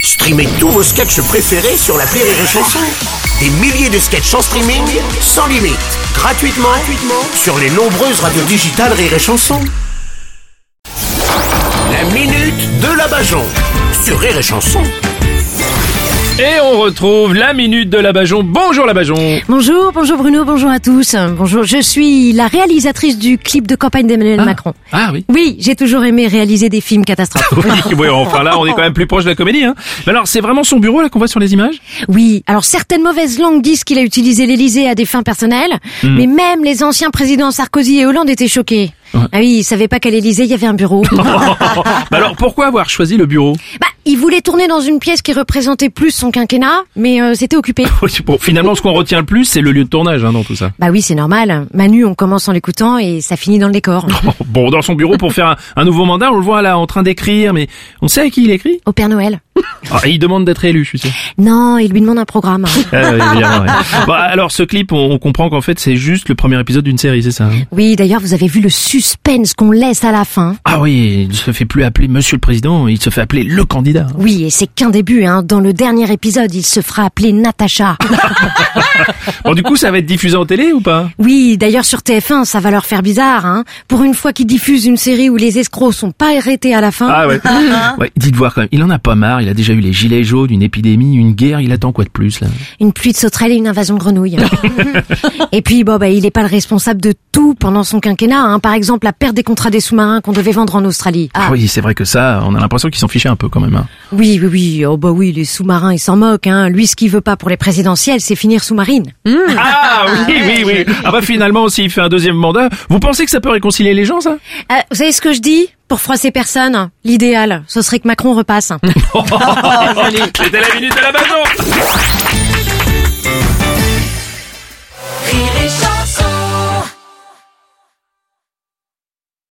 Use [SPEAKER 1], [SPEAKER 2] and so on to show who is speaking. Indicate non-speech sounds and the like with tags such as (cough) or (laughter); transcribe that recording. [SPEAKER 1] Streamez tous vos sketchs préférés sur la Rire et Chanson. Des milliers de sketchs en streaming, sans limite, gratuitement, gratuitement sur les nombreuses radios digitales Rire et Chanson. La minute de la Bajon sur Rire et Chanson.
[SPEAKER 2] Et on retrouve la minute de la Bajon. Bonjour la Bajon.
[SPEAKER 3] Bonjour, bonjour Bruno, bonjour à tous. Bonjour, je suis la réalisatrice du clip de campagne d'Emmanuel
[SPEAKER 2] Ah.
[SPEAKER 3] Macron.
[SPEAKER 2] Ah oui.
[SPEAKER 3] Oui, j'ai toujours aimé réaliser des films catastrophes.
[SPEAKER 2] (laughs) Oui, oui, enfin là, on est quand même plus proche de la comédie. Hein. Mais alors, c'est vraiment son bureau là qu'on voit sur les images
[SPEAKER 3] Oui, alors certaines mauvaises langues disent qu'il a utilisé l'Elysée à des fins personnelles,
[SPEAKER 2] Hmm.
[SPEAKER 3] mais même les anciens présidents Sarkozy et Hollande étaient choqués. Ah oui, ils savaient pas qu'à l'Elysée, il y avait
[SPEAKER 2] (laughs)
[SPEAKER 3] un bureau.
[SPEAKER 2] Bah Alors, pourquoi avoir choisi le bureau
[SPEAKER 3] bah, il voulait tourner dans une pièce qui représentait plus son quinquennat, mais euh, c'était occupé.
[SPEAKER 2] Oui, bon, Finalement, ce qu'on retient le plus, c'est le lieu de tournage hein, dans tout ça.
[SPEAKER 3] Bah oui, c'est normal. Manu, on commence en l'écoutant et ça finit dans
[SPEAKER 2] (laughs)
[SPEAKER 3] le décor.
[SPEAKER 2] Bon, Bon, dans son bureau pour faire un, un nouveau mandat, on le voit là en train d'écrire, mais on sait à qui il écrit
[SPEAKER 3] Au Père Noël.
[SPEAKER 2] Ah, Il demande d'être élu, je suis sûr.
[SPEAKER 3] Non, il lui demande
[SPEAKER 2] (laughs)
[SPEAKER 3] un programme.
[SPEAKER 2] Ah, oui, évidemment, ouais. Bon, alors, ce clip, on, on comprend qu'en fait, c'est juste le premier épisode d'une série, c'est ça hein
[SPEAKER 3] Oui, d'ailleurs, vous avez vu le suspense qu'on laisse à la fin.
[SPEAKER 2] Ah oui, il se fait plus appeler Monsieur le Président, il se fait appeler le candidat.
[SPEAKER 3] Oui, et c'est qu'un début, hein. Dans le dernier épisode, il se fera
[SPEAKER 2] (laughs)
[SPEAKER 3] appeler Natacha.
[SPEAKER 2] Bon, du coup, ça va être diffusé en télé ou pas
[SPEAKER 3] Oui, d'ailleurs, sur TF1, ça va leur faire bizarre, hein. Pour une fois qu'ils diffusent une série où les escrocs sont pas arrêtés à la fin.
[SPEAKER 2] Ah ouais. ouais. Dites voir quand même, il en a pas marre, il a déjà eu les gilets jaunes, une épidémie, une guerre, il attend quoi de plus là
[SPEAKER 3] Une pluie de sauterelles et une invasion
[SPEAKER 2] (laughs)
[SPEAKER 3] de grenouilles. et puis, bon, bah, il est pas le responsable de tout pendant son quinquennat, hein. Par exemple, la perte des contrats des sous-marins qu'on devait vendre en Australie.
[SPEAKER 2] Ah oui, c'est vrai que ça, on a l'impression qu'il s'en fichait un peu quand même. hein.
[SPEAKER 3] Oui, oui, oui. Oh, bah oui, les sous-marins, ils s'en moquent, hein. Lui, ce qu'il veut pas pour les présidentielles, c'est finir sous-marine.
[SPEAKER 2] Ah oui, oui, oui. Ah bah finalement, s'il fait un deuxième mandat, vous pensez que ça peut réconcilier les gens ça
[SPEAKER 3] Euh, vous savez ce que je dis Pour froisser personne, l'idéal, ce serait que Macron repasse.
[SPEAKER 2] C'était la minute de la maison